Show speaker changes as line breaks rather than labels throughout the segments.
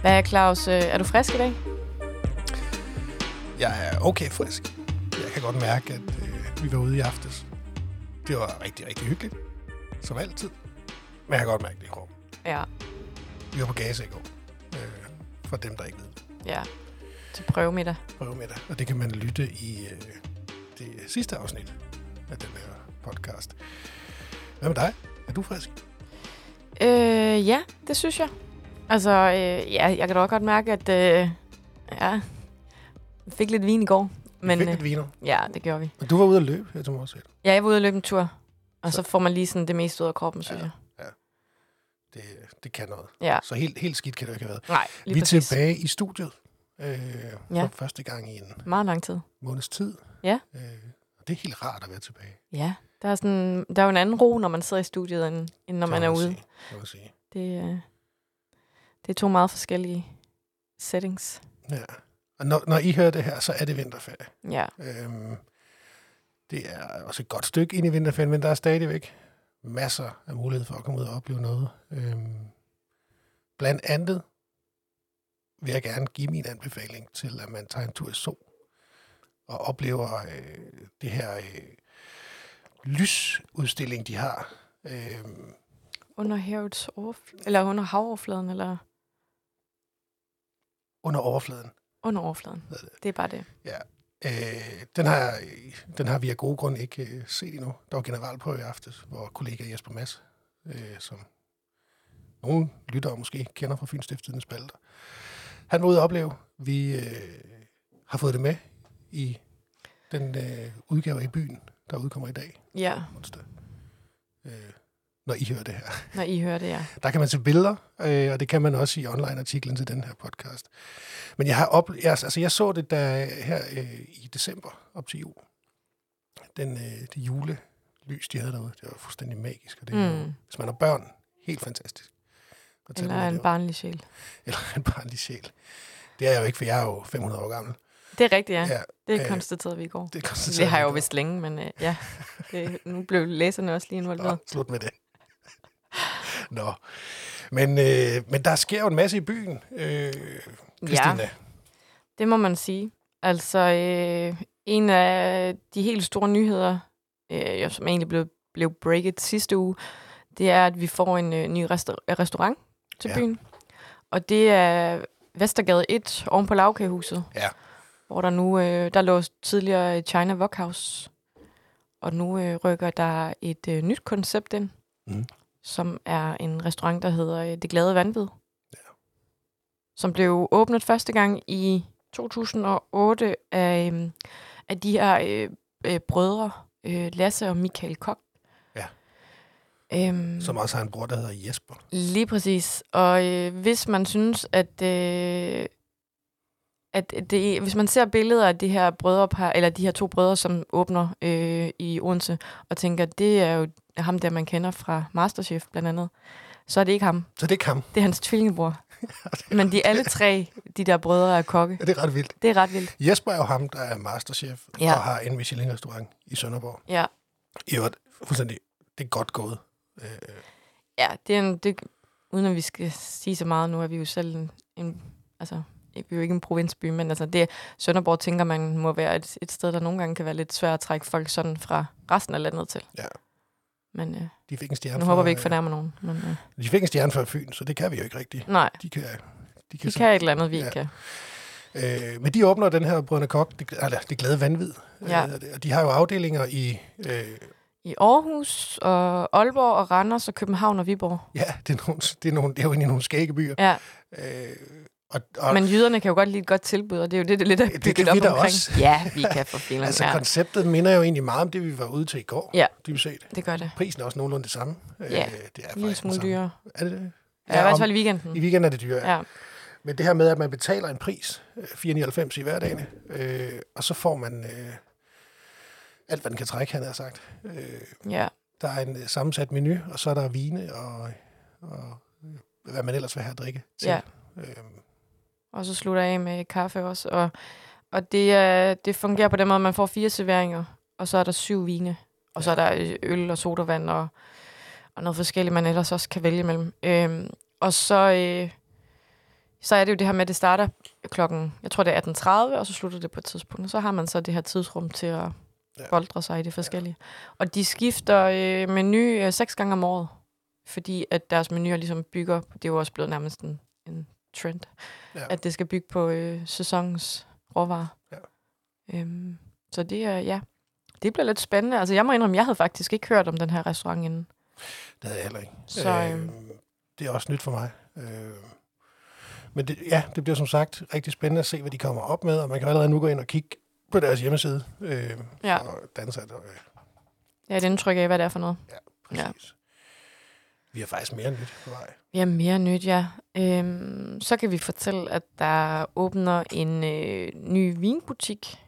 Hvad er Claus? øh, Er du frisk i dag?
Jeg er okay frisk. Jeg kan godt mærke, at øh, vi var ude i aftes. Det var rigtig, rigtig hyggeligt. Som altid. Men jeg kan godt mærke det i kroppen.
Ja.
Vi var på Gaza i går. Øh, for dem, der ikke ved det.
Ja. Til prøvemiddag.
Prøv med det. Og det kan man lytte i øh, det sidste afsnit af den her podcast. Hvad med dig? Er du frisk?
Øh, ja, det synes jeg. Altså, øh, ja, jeg kan da også godt mærke, at øh, ja, jeg fik lidt vin i går. Men
Fik lidt
øh,
viner.
ja, det gjorde vi.
Og du var ude at løbe her til morges. Peter.
Ja, jeg var ude og løbe en tur, og så,
Så-
så får man lige sådan det meste ud af kroppen, synes ja. jeg.
Det, det kan noget.
Ja,
Så helt, helt skidt kan det ikke have været.
nej, lige
vi er
præcis.
tilbage i studiet. Øh, for
Ja.
første gang i en
Meget lang tid.
måneds tid.
Ja.
Øh, og det er helt rart at være tilbage.
Ja, der er, sådan, der er jo en anden ro, når man sidder i studiet, end, end når
Det
man
må
er ude.
Sige. Det må jeg sige.
Det, øh, det er to meget forskellige settings.
Ja. Og når, når I hører det her, så er det vinterferie.
Ja,
Øhm, det er også et godt stykke ind i vinterferien, men der er stadigvæk masser af mulighed for at komme ud og opleve noget. Øhm, blandt andet vil jeg gerne give min anbefaling til, at man tager en tur i sol og oplever øh, det her øh, lysudstilling, de har. Øhm,
under havets overflade, eller under havoverfladen, eller
under overfladen.
under overfladen.
Hvad er det?
Det er bare det.
Øh, den, har, den har vi af gode grund ikke øh, set endnu. Der var generalprøve i aftes, hvor kollega Jesper Mads, øh, som nogle lyttere måske kender fra Fyns Stiftstidens spalter, han var ude at opleve. Vi øh, har fået det med i den øh, udgave i byen, der udkommer i dag,
Ja,
onsdag. Øh, når I hører det her.
når I hører det, ja.
Der kan man se billeder, øh, og det kan man også i online-artiklen til den her podcast. Men jeg har op, jeg, altså jeg så det der her øh, i december op til jul. Den, øh, det julelys, de havde derude, det var fuldstændig magisk. Og det, mm.
Mm.
Hvis man har børn, helt fantastisk. Og
Eller en barnlig sjæl.
eller en barnlig sjæl. Det er jeg jo ikke, for jeg er jo 500 år gammel.
Det er rigtigt, ja.
Ja,
Det
øh,
er konstateret vi i går.
det,
Det har jeg jo vist længe, men øh, ja. Det, nu blev læserne også lige
Nå,
involveret.
slut med det. Nå. Men, øh, men der sker jo en masse i byen, øh, Christina. Ja.
Det må man sige. Altså, øh, en af de helt store nyheder, øh, jo, som egentlig blev, blev breaket sidste uge, det er, at vi får en øh, ny resta- øh, restaurant til
Ja.
ja. byen. Og det er Vestergade 1 oven på Lavkagehuset.
Ja.
Hvor der nu, øh, der lå tidligere China Wokhouse. Og nu øh, rykker der et øh, nyt koncept ind,
Mhm.
mm. som er en restaurant, der hedder øh, Det Glade Vanvid som blev åbnet første gang i 2008 af, øhm, af de her øh, øh, brødre, øh, Lasse og Michael Koch.
Ja.
Øhm,
Som også har en bror, der hedder Jesper.
Lige præcis. Og øh, hvis man synes, at, øh, at det, hvis man ser billeder af de her brødrepar, eller de her to brødre, som åbner øh, i Odense, og tænker, det er jo ham der, man kender fra Masterchef blandt andet, så er det ikke ham.
Så det er ham.
Det er hans tvillingebror. Men de alle tre, de der brødre, er kokke.
Ja, det er ret vildt.
Det er ret vildt.
Jesper er jo ham, der er masterchef ja.
Ja.
og har en Michelin-restaurant i Sønderborg.
Ja,
I øvrigt, fuldstændig, det er godt gået. Øh,
ja det er en, det, uden at vi skal sige så meget nu, er vi jo selv en, en altså, vi er jo ikke en provinsby, men altså det, Sønderborg tænker man må være et, et sted, der nogle gange kan være lidt svært at trække folk sådan fra resten af landet til.
Ja.
Men øh,
de fik en stjerne
nu
fra,
håber vi ikke
øh,
fornærmer nogen. Men, øh,
De fik en stjerne fra Fyn, så det kan vi jo ikke rigtigt.
nej,
De kan, de kan,
vi kan et eller andet, vi
Ja.
ikke kan.
Øh, men de åbner den her Brødrene Kok, det, eller, det glade vanvid.
Ja.
Øh, og de har jo afdelinger i, øh,
I Aarhus, og Aalborg, og Randers, og København og Viborg.
ja, det er, nogle, det, er nogle, det er jo egentlig nogle skægge byer.
Ja,
Øh, og, og,
men jyderne kan jo godt lide et godt tilbud, og det er jo det, det lidt er
Det
bygget
kan
op
vi da
omkring.
også.
Ja, vi kan for filen.
altså,
ja.
konceptet minder jo egentlig meget om det, vi var ude til i går,
Ja.
dybest set.
Det gør det.
Prisen er også nogenlunde det samme. Øh,
Ja,
det er
En lille
faktisk den
smule
samme.
dyrere.
Er det det?
Ja, i hvert
altså, om-
fald i weekenden.
I weekenden er det dyrere. Ja.
Ja,
Men det her med, at man betaler en pris, øh, 4,99 i hverdagen, øh, og så får man øh, alt, hvad den kan trække, han har sagt. Øh,
ja.
der er en øh, sammensat menu, og så er der vine og, og øh, hvad man ellers vil have at drikke til.
Ja.
Øh,
Og så slutter jeg af med kaffe også. Og, og det, er- det fungerer på den måde, at man får fire serveringer, og så er der syv vine. Og så er der øh, øl og sodavand og, og noget forskelligt, man ellers også kan vælge imellem. Øhm, og så, øh, så er det jo det her med, at det starter klokken, jeg tror det er 18.30, og så slutter det på et tidspunkt. Og så har man så det her tidsrum til at
Ja.
boldre sig i det forskellige. Og de skifter øh, menu øh, seks gange om året, fordi at deres menuer ligesom bygger, det er jo også blevet nærmest en, en trend,
Ja.
ja. at det skal bygge på øh, sæsonens råvarer.
Ja.
Øhm, så det er, ja, det bliver lidt spændende. Altså jeg må indrømme, jeg havde faktisk ikke hørt om den her restaurant inden.
Det havde jeg heller ikke.
Så, øhm,
øh, det er også nyt for mig. Øh, men det, ja, det bliver som sagt rigtig spændende at se, hvad de kommer op med, og man kan allerede nu gå ind og kigge på deres hjemmeside. Øh,
Ja.
Og danse øh,
Jeg har et indtryk af, hvad det er for noget.
præcis. Ja. Vi har faktisk mere nyt på vej.
Ja, mere nyt, ja. Øhm, så kan vi fortælle, at der åbner en øh, ny vinbutik,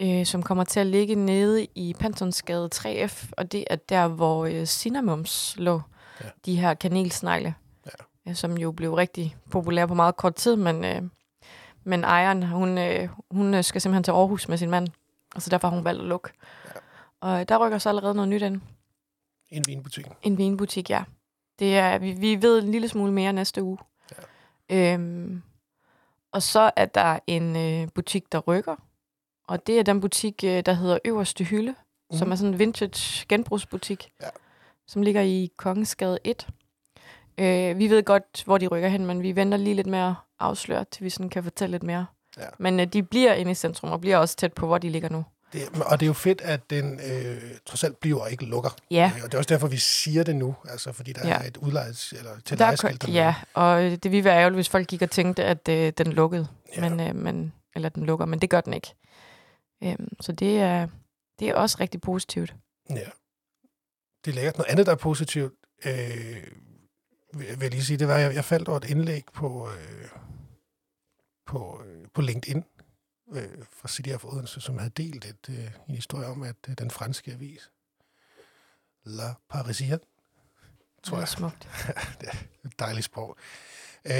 Ja.
øh, som kommer til at ligge nede i Pantonsgade 3F, og det er der, hvor øh, cinnamons lå.
Ja.
Ja. De her kanelsnegle,
Ja.
ja. som jo blev rigtig populære på meget kort tid, men, øh, men ejeren, hun, øh, hun øh, skal simpelthen til Aarhus med sin mand, og så derfor har hun valgt at lukke.
Ja.
Ja. Og øh, der rykker så allerede noget nyt ind.
En vinbutik.
En vinbutik, ja. Det er, vi, vi ved en lille smule mere næste uge. Ja. Øhm, og så er der en øh, butik, der rykker. Og det er den butik, øh, der hedder Øverste Hylde, mm. som er sådan en vintage genbrugsbutik,
Mhm. Ja.
som ligger i Kongensgade 1. Øh, vi ved godt, hvor de rykker hen, men vi venter lige lidt med at afsløre, til vi sådan kan fortælle lidt mere.
Ja.
Men øh, de bliver inde i centrum, og bliver også tæt på, hvor de ligger nu.
Det, og det er jo fedt, at den øh, trods alt bliver og ikke lukker.
Ja,
Øh, Og det er også derfor, vi siger det nu, altså fordi der
Ja.
er et udlejes, eller til
Der er kun,
lejeskilt. dernede.
ja, og øh, det ville være ærgerligt, hvis folk gik og tænkte, at øh, den lukkede.
Ja.
Ja. Men, øh, men, eller den lukker, men det gør den ikke. Øhm, så det er, det er også rigtig positivt.
Ja. Det er lækkert. Noget andet, der er positivt, øh, vil vil jeg lige sige, det var, at jeg, jeg faldt over et indlæg på, øh, på, øh, på LinkedIn øh, fra CDF Odense, som havde delt et, øh, en historie om, at øh, den franske avis La Parisienne, tror
Det er
jeg,
smukt.
et dejligt sprog, øh,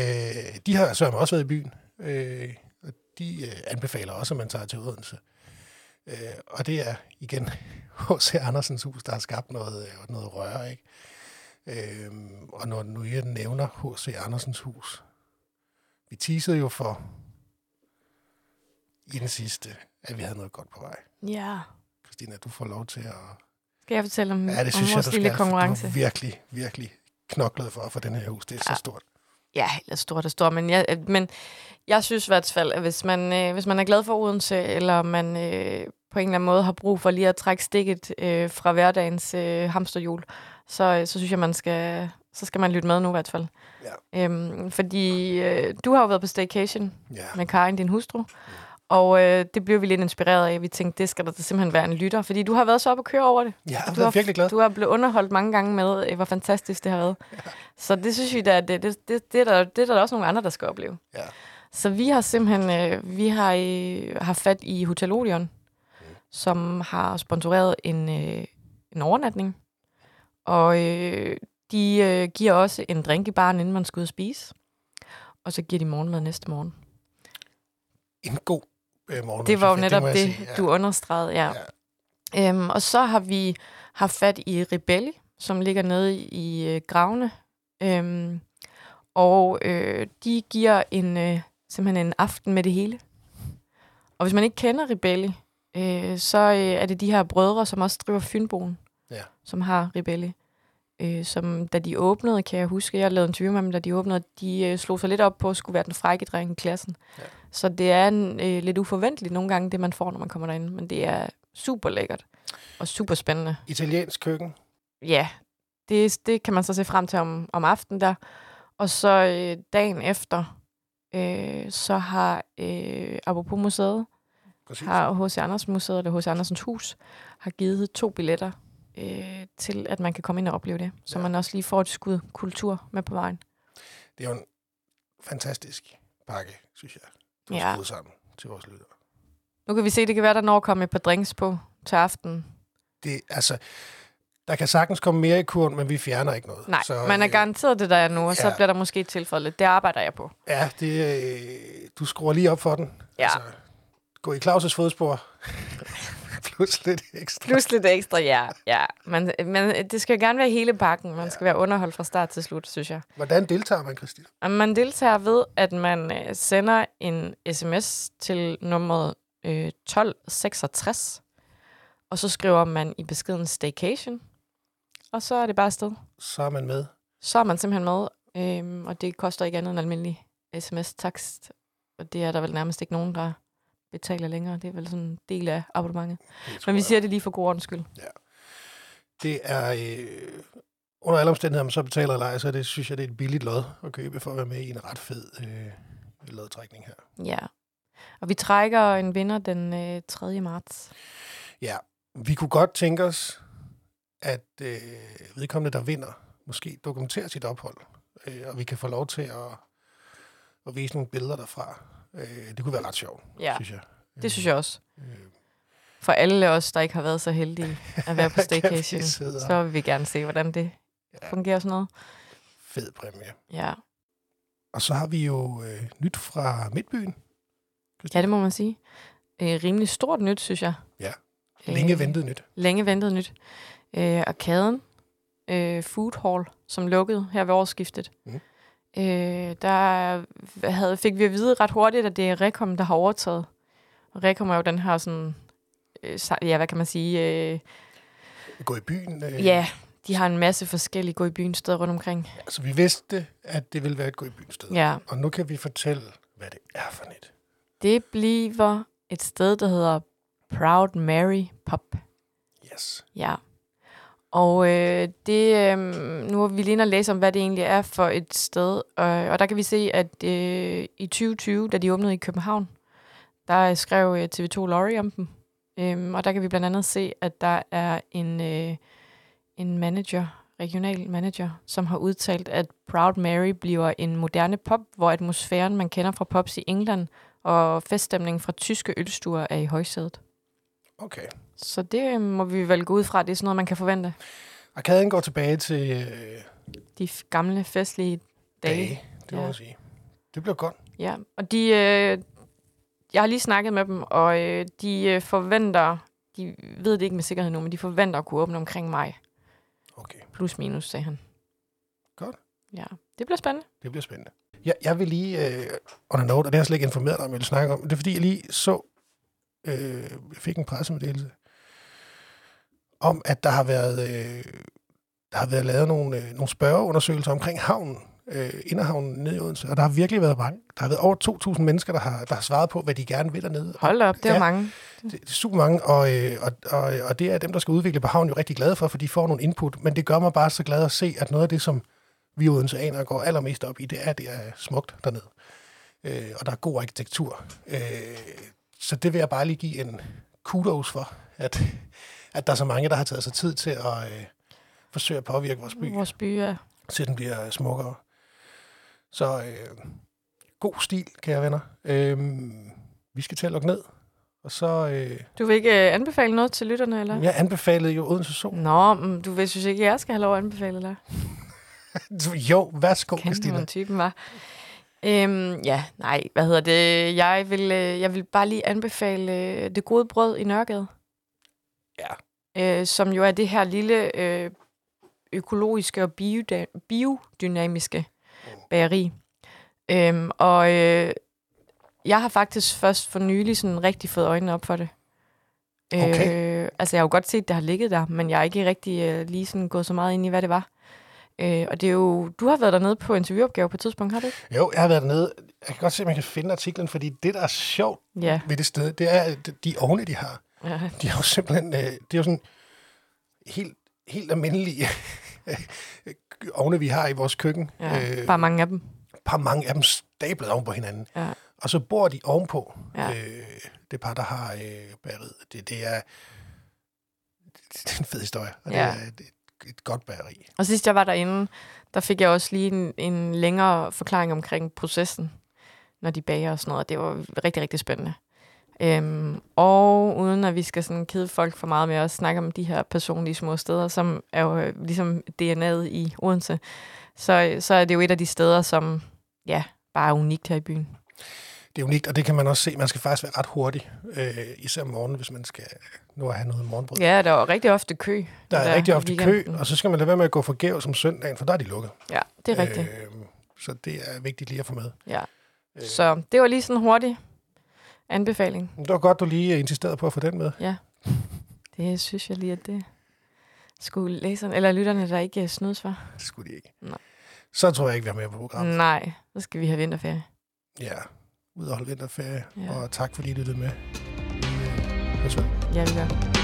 de har så også været i byen, øh, og de øh, anbefaler også, at man tager til Odense. Øh, og det er igen H.C. Andersens hus, der har skabt noget, øh, noget røre, ikke? Øh, og når nu jeg nævner H.C. Andersens hus, vi teasede jo for i den sidste, at vi havde noget godt på vej.
Ja.
Christina, du får lov til at...
Skal jeg fortælle om,
Ja, det
om
synes jeg,
Mm, vores
du skal.
lille
for Du
konkurrence?
har virkelig, virkelig knoklet for at få den her hus. Det er så
Ja.
stort.
Ja, eller stort og stort, men jeg, øh, men jeg synes i hvert fald, at hvis man, øh, hvis man er glad for Odense, eller man øh, på en eller anden måde har brug for lige at trække stikket øh, fra hverdagens øh, hamsterhjul, så, øh, så synes jeg, man skal, så skal man lytte med nu i hvert fald. Ja. Øhm, fordi øh, du har jo været på staycation
Ja.
med Karin, din hustru, og øh, det blev vi lidt inspireret af. Vi tænkte, det skal der da simpelthen være en lytter, fordi du har været så op og køre over det.
Jeg har
Du har,
været virkelig glad.
du har blevet underholdt mange gange med, øh, hvor fantastisk det har været. Ja. Så det synes vi, da, det, det, det, det, er der, det er der også nogle andre, der skal opleve.
Ja.
Så vi har simpelthen øh, vi har, øh, har fat i Hotel Odeon, som har sponsoreret en, øh, en overnatning. Og øh, de øh, giver også en drink i baren, inden man skal ud og spise. Og så giver de morgenmad næste morgen.
En god øh, morgen.
Det var jo
Sofie,
netop
må jeg
det,
sige.
du understregede, ja. ja. Øhm, og så har vi haft fat i Ribelli, som ligger nede i øh, gravene. Øhm, og øh, de giver en øh, simpelthen en aften med det hele. Og hvis man ikke kender Ribelli, øh, så øh, er det de her brødre, som også driver Fynboen,
Ja.
som har Ribelli. Øh, som da de åbnede, kan jeg huske, jeg lavede en interview med dem, da de åbnede, de øh, slog sig lidt op på at skulle være den frække dreng i klassen. Så det er en, øh, lidt uforventeligt nogle gange, det man får, når man kommer derind. Men det er super lækkert og super spændende.
Italiensk køkken.
Ja, det, det kan man så se frem til om, om aftenen der. Og så øh, dagen efter, øh, så har, øh, apropos museet,
Præcis.
har H.C. Andersen Museet, eller H.C. Andersens Hus, har givet to billetter øh, til, at man kan komme ind og opleve det. Så
Ja.
ja. man også lige får et skud kultur med på vejen.
Det er jo en fantastisk pakke, synes jeg. Du har
Ja.
skruet sammen til vores lyttere.
Nu kan vi se, det kan være, der når at komme et par drinks på til aftenen.
Det, altså, der kan sagtens komme mere i kurven, men vi fjerner ikke noget.
Nej, så, man er
øh,
garanteret det, der er nu, og så
ja.
bliver der måske tilføjet lidt. Det arbejder jeg på.
Ja, det, øh, du skruer lige op for den.
Ja.
gå i Claus' fodspor. Plus lidt ekstra.
Plus lidt ekstra, ja. ja. Man, man, det skal jo gerne være hele pakken. Man skal være underholdt fra start til slut, synes jeg.
Hvordan deltager man, Christina?
Og man deltager ved, at man øh, sender en sms til nummeret øh, 1266, og så skriver man i beskeden staycation, og så er det bare afsted.
Så er man med.
Så er man simpelthen med, øhm, og det koster ikke andet end almindelig sms-takst, og det er der vel nærmest ikke nogen, der betaler længere. Det er vel sådan en del af abonnementet.
Det tror
Men vi
jeg.
siger det lige for god ordens skyld.
Det er... Øh, under alle omstændigheder, om man så betaler eller ej, så er det, synes jeg, det er et billigt lod at købe for at være med i en ret fed øh, lodtrækning her.
Ja. Og vi trækker en vinder den øh, 3. marts.
Ja, vi kunne godt tænke os, at øh, vedkommende, der vinder, måske dokumenterer sit ophold, øh, og vi kan få lov til at, at vise nogle billeder derfra. Øh, det kunne være ret sjovt,
Ja,
synes jeg.
det synes jeg også.
Øh,
For alle os, der ikke har været så heldige at være på staycation,
vi sidder.
så vil vi gerne se, hvordan det
Ja.
fungerer sådan noget.
fed præmie.
Ja.
Og så har vi jo øh, nyt fra Midtbyen.
ja, det må man sige. Øh, rimelig stort nyt, synes jeg.
Ja. Længe
Øh,
ventet nyt.
Længe ventet nyt. Øh, arkaden, øh, Food Hall, som lukkede her ved årsskiftet.
Mhm.
Mm. Øh, der havde, fik vi at vide ret hurtigt, at det er Rekom, der har overtaget. Og Rekom er jo den her sådan, øh, sa- ja, hvad kan man sige, øh,
Gå i byen. Øh,
ja, de har en masse forskellige gå i byen steder rundt omkring.
Så Altså, vi vidste, at det ville være et gå i byen sted.
Ja,
Og nu kan vi fortælle, hvad det er for net.
det bliver et sted, der hedder Proud Mary Pop.
Yes.
Ja. Og øh, det, øh, nu er vi lige inde og læse om, hvad det egentlig er for et sted. Øh, og der kan vi se, at øh, i 2020, da de åbnede i København, der øh, skrev øh, TV2 Lorry om dem. Øhm, og der kan vi blandt andet se, at der er en, øh, en manager, regional manager, som har udtalt, at Proud Mary bliver en moderne pop, hvor atmosfæren, man kender fra pops i England, og feststemningen fra tyske ølstuer er i højsædet.
Okay.
Så det øh, må vi vel gå ud fra, at det er sådan noget, man kan forvente.
Arkaden går tilbage til øh,
De f- gamle festlige dage.
dage, det må
Ja.
man sige. Det bliver godt.
Ja, og de... Øh, jeg har lige snakket med dem, og øh, de øh, forventer... De ved det ikke med sikkerhed nu, men de forventer at kunne åbne omkring mig.
Okay.
Plus minus, sagde han.
Godt.
Ja, det bliver spændende.
Det bliver spændende. Jeg, jeg vil lige, øh, on a note, og det har jeg slet ikke informeret dig om, jeg vil snakke om, det er fordi, jeg lige så, øh, jeg fik en pressemeddelelse, om at der har været, øh, der har været lavet nogle, øh, nogle spørgeundersøgelser omkring havnen, øh, inderhavnen nede i Odense, og der har virkelig været mange. Der har været over 2.000 mennesker, der har, der har svaret på, hvad de gerne vil dernede.
Hold da op, det er
Ja.
ja. mange.
Det er super mange, og, øh, og, og, og det er dem, der skal udvikle på havnen, jo rigtig glade for, for de får nogle input. Men det gør mig bare så glad at se, at noget af det, som vi odenseanere går allermest op i, det er, at det er smukt dernede. Øh, og der er god arkitektur. Øh, så det vil jeg bare lige give en kudos for, at, at der er så mange, der har taget sig tid til at øh, forsøge at påvirke vores by,
Vores by er...
til den bliver smukkere. Så øh, god stil, kære venner. Øh, vi skal til at lukke ned, og så... Øh,
Du vil ikke øh, anbefale noget til lytterne, eller?
jeg anbefalede jo Odense Sol.
Nå, men du vil, synes ikke, jeg skal have lov at anbefale dig.
Jo, værsgo,
Kan
Christina.
hun typen var. Øhm, ja, nej, hvad hedder det? Jeg vil, øh, jeg vil bare lige anbefale øh, Det Gode Brød i Nørregade.
Ja.
Øh, som jo er det her lille øh, økologiske og bioda- biodynamiske
Mm.
bageri. Øhm, og øh, jeg har faktisk først for nylig sådan rigtig fået øjnene op for det.
Okay.
Øh, altså, jeg har jo godt set, det har ligget der, men jeg har ikke rigtig øh, lige sådan gået så meget ind i, hvad det var. Øh, og det er jo... Du har været dernede på interviewopgave på et tidspunkt, har du ikke?
Jo, jeg har været dernede. Jeg kan godt se, at man kan finde artiklen, fordi det, der er sjovt
Ja.
ved det sted, det er at de ovne, de har.
ja.
De har jo simpelthen, øh, det er jo sådan helt, helt almindelige ovne, vi har i vores køkken.
ja. Øh, bare mange af dem.
et par mange af dem stablet oven på hinanden.
Ja.
Og så bor de ovenpå.
Ja.
Øh, det par, der har øh, bageriet. Det, det, er, det er en fed historie, og
Ja.
det er et, et godt bageri.
Og sidst jeg var derinde, der fik jeg også lige en, en længere forklaring omkring processen, når de bager og sådan noget. og Det var rigtig, rigtig spændende. Øhm, og uden at vi skal sådan kede folk for meget med at snakke om de her personlige små steder, som er jo øh, ligesom DNA'et i Odense, så, så er det jo et af de steder, som ja, bare er unikt her i byen.
det er unikt, og det kan man også se. Man skal faktisk være ret hurtig, øh, især om morgenen, hvis man skal nå at have noget morgenbrød.
Ja, der er rigtig ofte kø.
Der er
der
rigtig
i
ofte kø,
weekenden.
og så skal man lade være med at gå forgæves som søndagen, for der er de lukket.
Ja, det er rigtigt.
Øh, så det er vigtigt lige at få med.
Ja.
Øh,
Så det var lige sådan en hurtig anbefaling.
men Det var godt, du lige insisterede på at få den med.
Det synes jeg lige, at det skulle læserne, eller lytterne, der ikke øh, snydes for.
Det skulle de ikke.
Nej.
Så tror jeg ikke, vi har mere på programmet. Mm.
Nej, så skal vi have vinterferie.
Ja, ud og holde vinterferie,
Mm. Ja.
ja. og tak fordi I lyttede med. Vi, øh, høres ved.
Ja, vi gør.